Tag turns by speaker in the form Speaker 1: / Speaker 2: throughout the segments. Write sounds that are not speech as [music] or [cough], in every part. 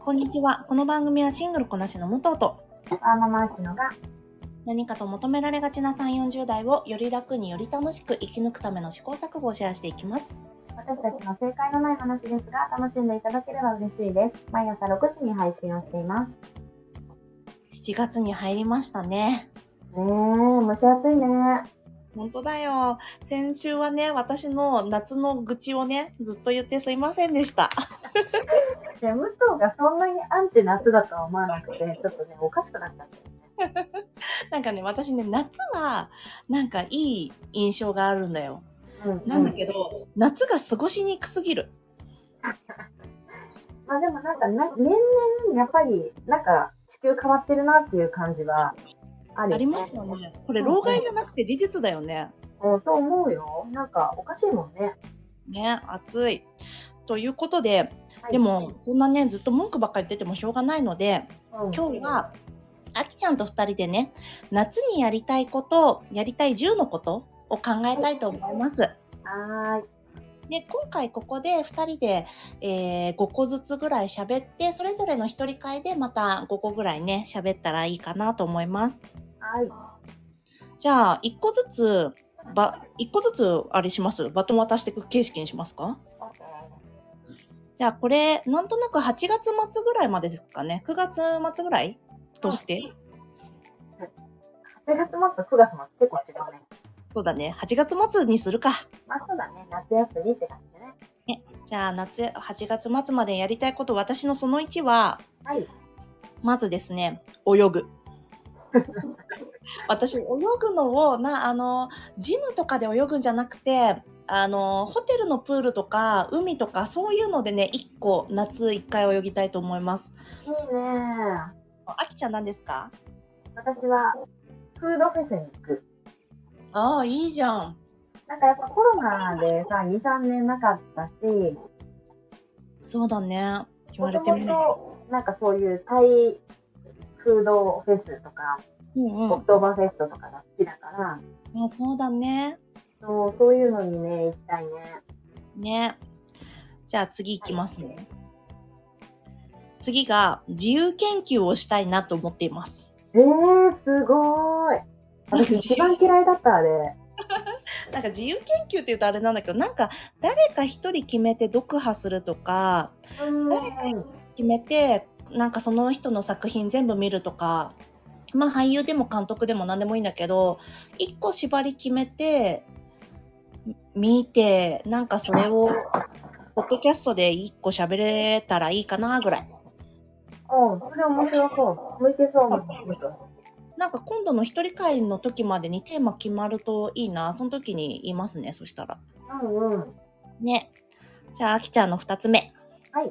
Speaker 1: こんにちは。この番組はシングルこなしの武藤と
Speaker 2: ジャパンママアキノが
Speaker 1: 何かと求められがちな3、40代をより楽により楽しく生き抜くための試行錯誤をシェアしていきます。
Speaker 2: 私たちの正解のない話ですが楽しんでいただければ嬉しいです。毎朝6時に配信をしています。ね
Speaker 1: 7月に入りましたね。
Speaker 2: え、蒸し暑いね。
Speaker 1: 本当だよ。先週はね、私の夏の愚痴をね、ずっと言ってすいませんでした。 [laughs]
Speaker 2: いや、武藤がそんなにアンチ夏だとは思わなくて、ちょっとね、おかしくなっちゃったよね。
Speaker 1: なんかね、私ね、夏はなんかいい印象があるんだよ。
Speaker 2: うん
Speaker 1: なんだけど、夏が過ごしにくすぎる。
Speaker 2: まあでもなんかな、年々やっぱり、なんか地球変わってるなっていう感じはある、
Speaker 1: ありますよ。ね。これ、
Speaker 2: うんうん
Speaker 1: 老害じゃなくて事実だよね。
Speaker 2: うん、と思うよ。なんかおかしいもんね。
Speaker 1: ね、暑い。ということで、
Speaker 2: はい
Speaker 1: でも、、そんなね、ずっと文句ばっかり言っててもしょうがないので、
Speaker 2: うん
Speaker 1: 今日は、あきちゃんと2人でね、夏にやりたいこと、やりたい10のことを考えたいと思います。
Speaker 2: はーい。
Speaker 1: で、今回ここで2人で、え5個ずつぐらい喋って、それぞれの1人会でまた5個ぐらいね、喋ったらいいかなと思います。
Speaker 2: はい。
Speaker 1: じゃあ、1個ずつ、ば、1個ずつあれしますバトン渡していく形式にしますか
Speaker 2: オッケ
Speaker 1: じゃあこれなんとなく8月末ぐらいまでですかね9月末ぐらいとして
Speaker 2: ー8月末と9月末結構違うね。
Speaker 1: そうだね8月末にするか
Speaker 2: まあそうだね、夏休みって感じね。
Speaker 1: じゃあ夏8月末までやりたいこと私のその1は
Speaker 2: はい。
Speaker 1: まずですね泳 [laughs] ぐ私泳ぐのをなあのジムとかで泳ぐんじゃなくてあのホテルのプールとか海とかそういうのでね1個夏1回泳ぎたいと思います
Speaker 2: いいね
Speaker 1: あきちゃん何ですか
Speaker 2: 私は、フードフェスに行く。
Speaker 1: ああいいじゃん
Speaker 2: なんかやっぱコロナでさ、2、3年なかったし、
Speaker 1: そうだね言わ
Speaker 2: も
Speaker 1: れ
Speaker 2: と
Speaker 1: てみれば
Speaker 2: もと、なんかそういうタイフードフェスとか、
Speaker 1: うん
Speaker 2: オクトーバーフェストとかが好きだから、
Speaker 1: うん、あそうだね。
Speaker 2: そうそういうのにね、行きたいね。
Speaker 1: ね。じゃあ次行きますね。次が自由研究をしたいなと思っています。
Speaker 2: えー、すごーい。私一番嫌いだった、あれ。
Speaker 1: [laughs] なんか自由研究って言うとあれなんだけど、なんか誰か一人決めて読破するとか、
Speaker 2: うん。
Speaker 1: 誰か決めて、なんかその人の作品全部見るとか、まあ俳優でも監督でも何でもいいんだけど、一個縛り決めて、見て、なんかそれを、ポッドキャストで一個喋れたらいいかなぐらい。
Speaker 2: うん、それ面白そう。向いてそう、向いてそう
Speaker 1: なんか今度の一人会の時までにテーマ決まるといいな。その時に言いますね、そしたら。
Speaker 2: うんうん。
Speaker 1: ね。じゃあ、あきちゃんの二つ目。
Speaker 2: はい。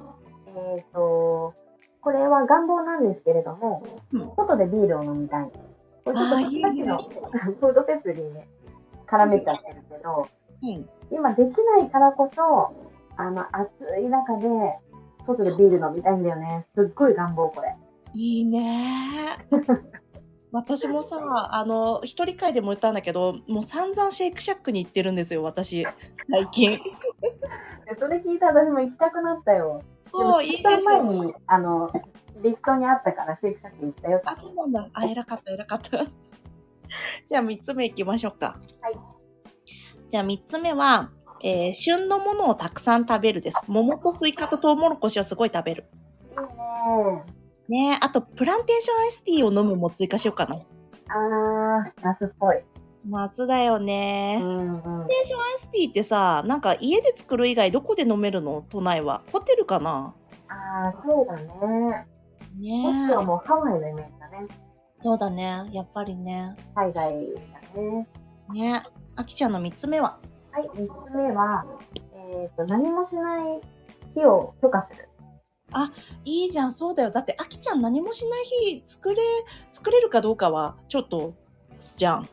Speaker 2: えっ、と、これは願望なんですけれども、
Speaker 1: うん
Speaker 2: 外でビールを飲みたい。これちょっと
Speaker 1: あー
Speaker 2: さっきの [laughs] フードフェスにね、絡めちゃってるけど、
Speaker 1: うん。
Speaker 2: 今できないからこそ、あの、暑い中で、外でビール飲みたいんだよね。すっごい願望、これ。
Speaker 1: いい
Speaker 2: [laughs]
Speaker 1: ね。私もさ、あの、一人会でも言ったんだけど、もう散々シェイクシャックに行ってるんですよ、私。最近。
Speaker 2: [laughs] でそれ聞いた私も行きたくなったよ。
Speaker 1: そう、
Speaker 2: で
Speaker 1: い
Speaker 2: も
Speaker 1: い
Speaker 2: ち
Speaker 1: でし
Speaker 2: ょっと前
Speaker 1: ょ。
Speaker 2: に、あの、リストにあったから、シェイクシャック行ったよ。
Speaker 1: あ、そうなんだ。あ、偉かった、偉かった。 [laughs] じゃあ、三つ目行きましょうか。
Speaker 2: はい。
Speaker 1: じゃあ、三つ目は、えー旬のものをたくさん食べるです。桃とスイカとトウモロコシをすごい食べる。
Speaker 2: いいね
Speaker 1: ねあと、プランテーションアイスティーを飲むも追加しようかな。
Speaker 2: あー、夏っぽい。
Speaker 1: 夏だよ
Speaker 2: う
Speaker 1: ね。プラン
Speaker 2: んうん。
Speaker 1: テーションアイスティーってさ、なんか家で作る以外どこで飲めるの都内は。ホテルかな
Speaker 2: あー、そうだね。
Speaker 1: ね
Speaker 2: もしくはもうハワイのイメージだね。
Speaker 1: そうだね。やっぱりね。
Speaker 2: 海外だね。
Speaker 1: ねあきちゃんの三つ目は
Speaker 2: はい、3つ目は、えっ、と、何もしない日を許可する。
Speaker 1: いいじゃん、そうだよ。だって、あきちゃん何もしない日、作れ、作れるかどうかは、ちょっと、じゃん。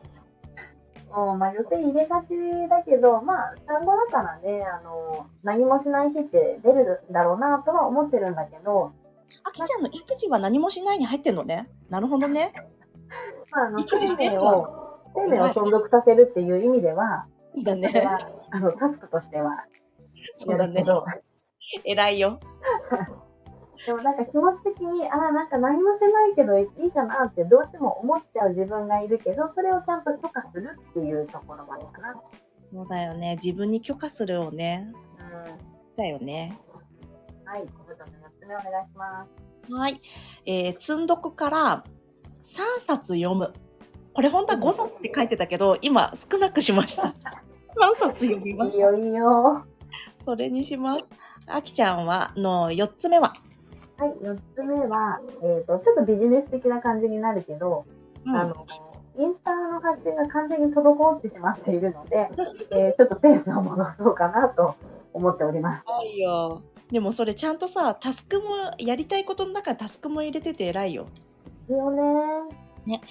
Speaker 2: うん、まあ予定入れがちだけど、まあ、単語だからね、あの、何もしない日って出るんだろうなとは思ってるんだけど、
Speaker 1: あきちゃんの育児は何もしないに入ってんのね。なるほどね。
Speaker 2: まあ、あの、
Speaker 1: 育児
Speaker 2: 生
Speaker 1: してん
Speaker 2: 命
Speaker 1: の
Speaker 2: を、生命を存続させるっていう意味では、
Speaker 1: いいだ
Speaker 2: それ
Speaker 1: ね。
Speaker 2: は、あの、タスクとしては
Speaker 1: [laughs] そう
Speaker 2: や
Speaker 1: だ
Speaker 2: るけ
Speaker 1: ね。
Speaker 2: ど、
Speaker 1: 偉いよ。
Speaker 2: でもなんか気持ち的に、ああ、なんか何もしてないけどいいかなってどうしても思っちゃう自分がいるけど、それをちゃんと許可するっていうところまでかな。
Speaker 1: そうだよね。自分に許可するをね。
Speaker 2: うん。
Speaker 1: だよね。
Speaker 2: はい、小太の4つ目お願いします。
Speaker 1: はい。えー、つんどくから3冊読む。これ本当は5冊って書いてたけど、今少なくしました。3冊読みます
Speaker 2: いい。よ、いいよ。
Speaker 1: それにします。あきちゃんは、の4つ目は、
Speaker 2: はい、4つ目は、えーと、ちょっとビジネス的な感じになるけど、あのインスタの発信が完全に滞ってしまっているので、えーちょっとペースを戻そうかなと思っております。
Speaker 1: 偉いよ。でもそれちゃんとさ、タスクも、やりたいことの中にタスクも入れてて偉いよ。
Speaker 2: 一応ね、
Speaker 1: ね、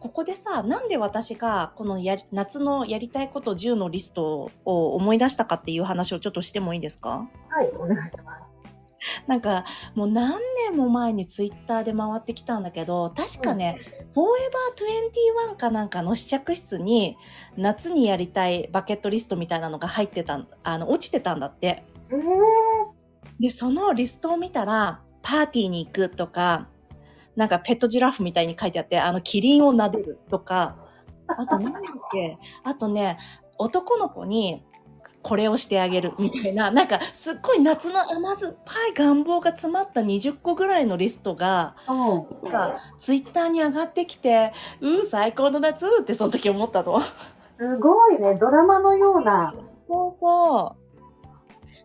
Speaker 1: ここでさ、なんで私がこのやり夏のやりたいこと10のリストを思い出したかっていう話をちょっとしてもいいですか
Speaker 2: はい、お願いします。
Speaker 1: なんかもう何年も前にツイッターで回ってきたんだけど確かね、フォーエバー21かなんかの試着室に夏にやりたいバケットリストみたいなのが入ってたんあの落ちてたんだって
Speaker 2: えー、
Speaker 1: でそのリストを見たらパーティーに行くとかなんかペットジラフみたいに書いてあってあのキリンを撫でるとかあと何だっけあとね男の子にこれをしてあげるみたいななんかすっごい夏の甘酸っぱい願望が詰まった20個ぐらいのリストが
Speaker 2: うん。
Speaker 1: なんかツイッターに上がってきてうー最高の夏ってその時思ったの。
Speaker 2: すごいね、ドラマのような。
Speaker 1: そうそう。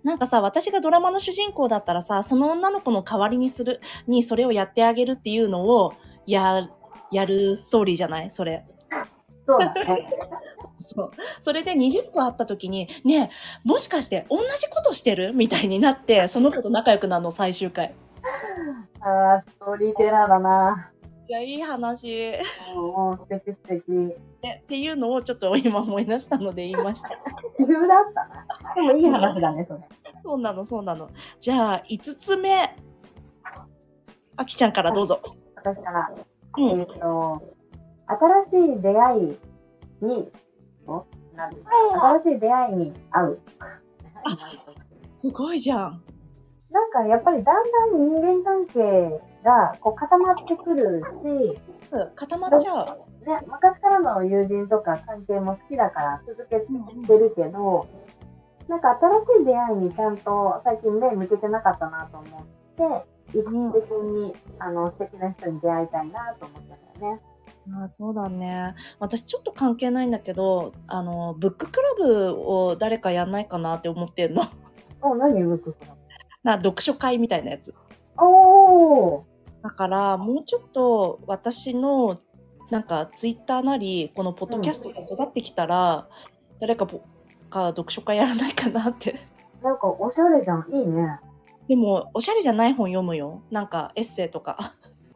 Speaker 1: なんかさ、私がドラマの主人公だったらさ、その女の子の代わりにする、にそれをやってあげるっていうのを、や、やるストーリーじゃないそれ。
Speaker 2: そうだね。
Speaker 1: そう。それで20個あった時に、ねえ、もしかして同じことしてるみたいになって、その子と仲良くなるの、最終回。
Speaker 2: [laughs] あーストーリーテラーだな。
Speaker 1: じゃあいい話。っ
Speaker 2: うんうん、素敵素敵。
Speaker 1: てっていうのをちょっと今思い出したので言いました。
Speaker 2: 急だったな。でもいい話だね、それ。
Speaker 1: そうなの、そうなの。じゃあ、5つ目。あきちゃんからどうぞ。
Speaker 2: 私から。
Speaker 1: うん
Speaker 2: えっ、と、新しい出会いに、おなんて新しい出会いに会う。
Speaker 1: すごいじゃん。
Speaker 2: なんかやっぱりだんだん人間関係がこう固まってくるし、
Speaker 1: うん固まっちゃう。
Speaker 2: ね、昔からの友人とか関係も好きだから続けてるけど、なんか新しい出会いにちゃんと最近目向けてなかったなと思って、意識的に、あの素敵な人に出会いたいなと思ってたよね。
Speaker 1: ああそうだね私ちょっと関係ないんだけどあのブッククラブを誰かやんないかなって思ってんの [laughs]
Speaker 2: お、何向くの
Speaker 1: な読書会みたいなやつ
Speaker 2: おお。
Speaker 1: だからもうちょっと私のなんかツイッターなりこのポッドキャストが育ってきたら、誰かぼか読書会やらないかなって [laughs]
Speaker 2: なんかおしゃれじゃん。いいね。
Speaker 1: でもおしゃれじゃない本読むよなんかエッセイとか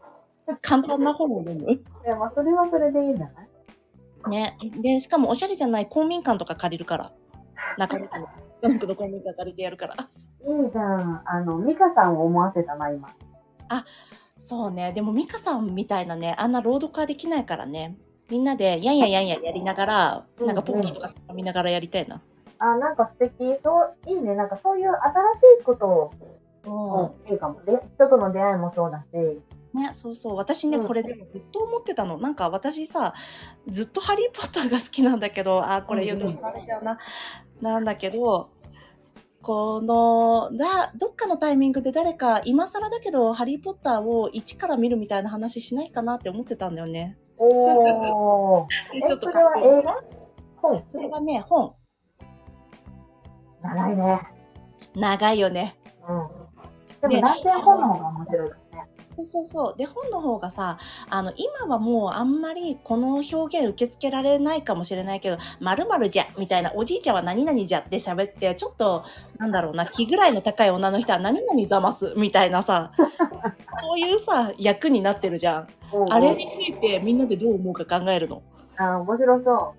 Speaker 1: [laughs] 簡単な本を読む
Speaker 2: いや、まあ、それはそれでいいんじゃない
Speaker 1: ね、でしかもおしゃれじゃない公民館とか借りるから中野区の中野区の公民館借りてやるから
Speaker 2: いいじゃん。あの、ミカさんを思わせたな、今。
Speaker 1: そうねでも美香さんみたいなねあんな朗読はできないからねみんなでやんややんややりながら
Speaker 2: うん
Speaker 1: なんかポッキーとか飲みながらやりたいな、
Speaker 2: あ、なんか素敵。そう、いいね。なんかそういう新しいことを、
Speaker 1: うん
Speaker 2: うんいいかも。で、人との出会いもそうだし。
Speaker 1: ね、そうそう私ね
Speaker 2: うん
Speaker 1: これでもずっと思ってたのなんか私さずっと「ハリー・ポッター」が好きなんだけどあーこれ言うと
Speaker 2: うんうん
Speaker 1: 怒られちゃうな、なんだけどこのだどっかのタイミングで誰か今更だけど「ハリー・ポッター」を一から見るみたいな話しないかなって思ってたんだよね。
Speaker 2: おお。 [laughs] え、
Speaker 1: で
Speaker 2: そ
Speaker 1: ちょっと
Speaker 2: れは映画本。
Speaker 1: それはね本
Speaker 2: 長いね。
Speaker 1: 長いよね。
Speaker 2: うん。で
Speaker 1: ね
Speaker 2: も男性本の方が面白いからね。
Speaker 1: そうそうそうで本の方がさあの今はもうあんまりこの表現受け付けられないかもしれないけど「まるじゃ」みたいな「おじいちゃんは何々じゃ」って喋ってちょっとなんだろうな気ぐらいの高い女の人は「何々ざます」みたいな
Speaker 2: [laughs]
Speaker 1: さそういうさ役になってるじゃん
Speaker 2: うんうん
Speaker 1: あれについてみんなでどう思うか考えるの
Speaker 2: あ、面白そ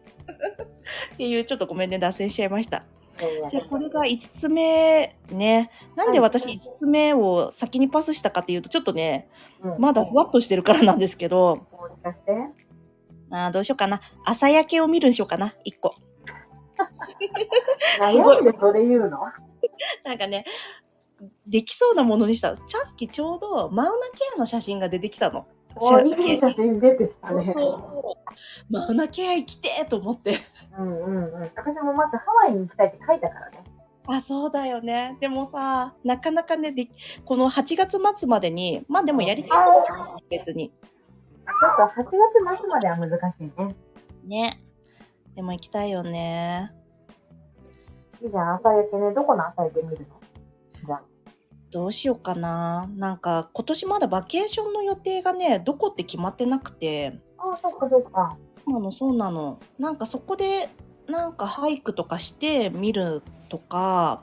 Speaker 1: っていうちょっとごめんね脱線しちゃいました
Speaker 2: う。いやいや
Speaker 1: じゃあこれが5つ目ねなんで私
Speaker 2: はい
Speaker 1: 5つ目を先にパスしたかっていうとちょっとね
Speaker 2: うん、
Speaker 1: まだふわっとしてるからなんですけど
Speaker 2: もしかして
Speaker 1: あーどうしようかな。朝焼けを見るにしようかな。一個。
Speaker 2: 悩んでそれ言うの
Speaker 1: なんかね、できそうなものにした。さっきちょうどマウナケアの写真が出てきたの。
Speaker 2: おいい写真出てきた
Speaker 1: そう
Speaker 2: ね。
Speaker 1: そうそうマウナケア行きてーと思って。
Speaker 2: うんうんうん。私もまずハワイに行きたいって書いたからね。
Speaker 1: あ、そうだよね。でもさ、なかなかね、でこの8月末までに、まあでもやりたいことは別に。
Speaker 2: ちょっと8月末までは難しいね。
Speaker 1: ね。でも行きたいよね。
Speaker 2: いいじゃん、朝焼けね。どこの朝焼け見るのじゃあ。
Speaker 1: どうしようかな。なんか今年まだバケーションの予定がね、どこって決まってなくて。
Speaker 2: ああ、そっかそっか。
Speaker 1: そうなの、そうなの。なんかそこで、なんかハイクとかして見るとか、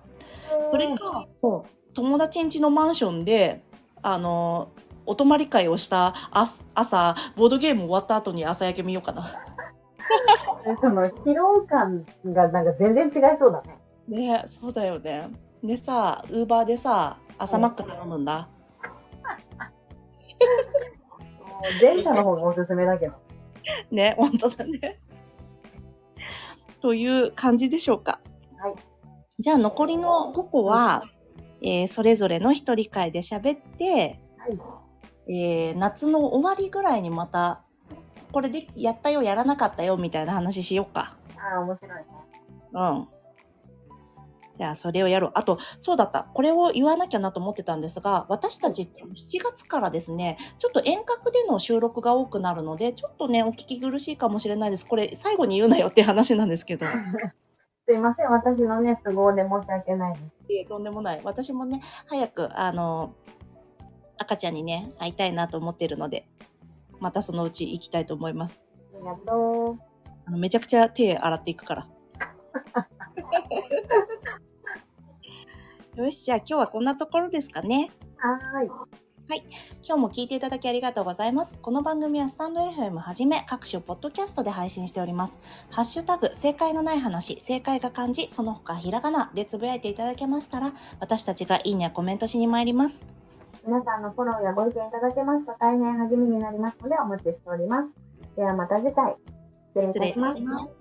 Speaker 1: それか、もう友達ん家のマンションで、あの、お泊まり会をしたあす朝、ボードゲーム終わった後に朝焼け見ようかな。 [laughs]
Speaker 2: うんその疲労感がなんか全然違いそうだね。
Speaker 1: ねそうだよね。でさ、ウーバーでさ、朝マック頼むんだ。
Speaker 2: もう前者の方がおすすめだけど。
Speaker 1: ね、本当だね。という感じでしょうか。
Speaker 2: はい。
Speaker 1: じゃあ残りの5個は、えーそれぞれの一人会で喋って、
Speaker 2: はい。
Speaker 1: えー夏の終わりぐらいにまた、これでやったよ、やらなかったよ、みたいな話しようか。
Speaker 2: ああ、面白いね。
Speaker 1: うん。じゃあ、それをやろう。あと、そうだった。これを言わなきゃなと思ってたんですが、私たちって7月からですね、ちょっと遠隔での収録が多くなるので、ちょっとね、お聞き苦しいかもしれないです。これ、最後に言うなよって話なんですけど。
Speaker 2: すいません、私のね、都合で申し訳ないです。
Speaker 1: いえとんでもない。私もね、早く、あの、赤ちゃんにね、会いたいなと思ってるので、またそのうち行きたいと思います。
Speaker 2: ありがとう。
Speaker 1: あのめちゃくちゃ手洗っていく
Speaker 2: [laughs]
Speaker 1: から。よし、じゃあ今日はこんなところですかね。
Speaker 2: はーい。
Speaker 1: 今日も聞いていただきありがとうございます。この番組はスタンド FM はじめ各種ポッドキャストで配信しております。ハッシュタグ、正解のない話、正解が漢字、その他ひらがなでつぶやいていただけましたら、私たちがいいねやコメントしに参ります。
Speaker 2: 皆さんのフォローやご意見いただけますと大変励みになりますのでお待ちしております。ではまた次回。失礼い
Speaker 1: 失
Speaker 2: た
Speaker 1: 礼い
Speaker 2: したま
Speaker 1: し。
Speaker 2: す
Speaker 1: ます。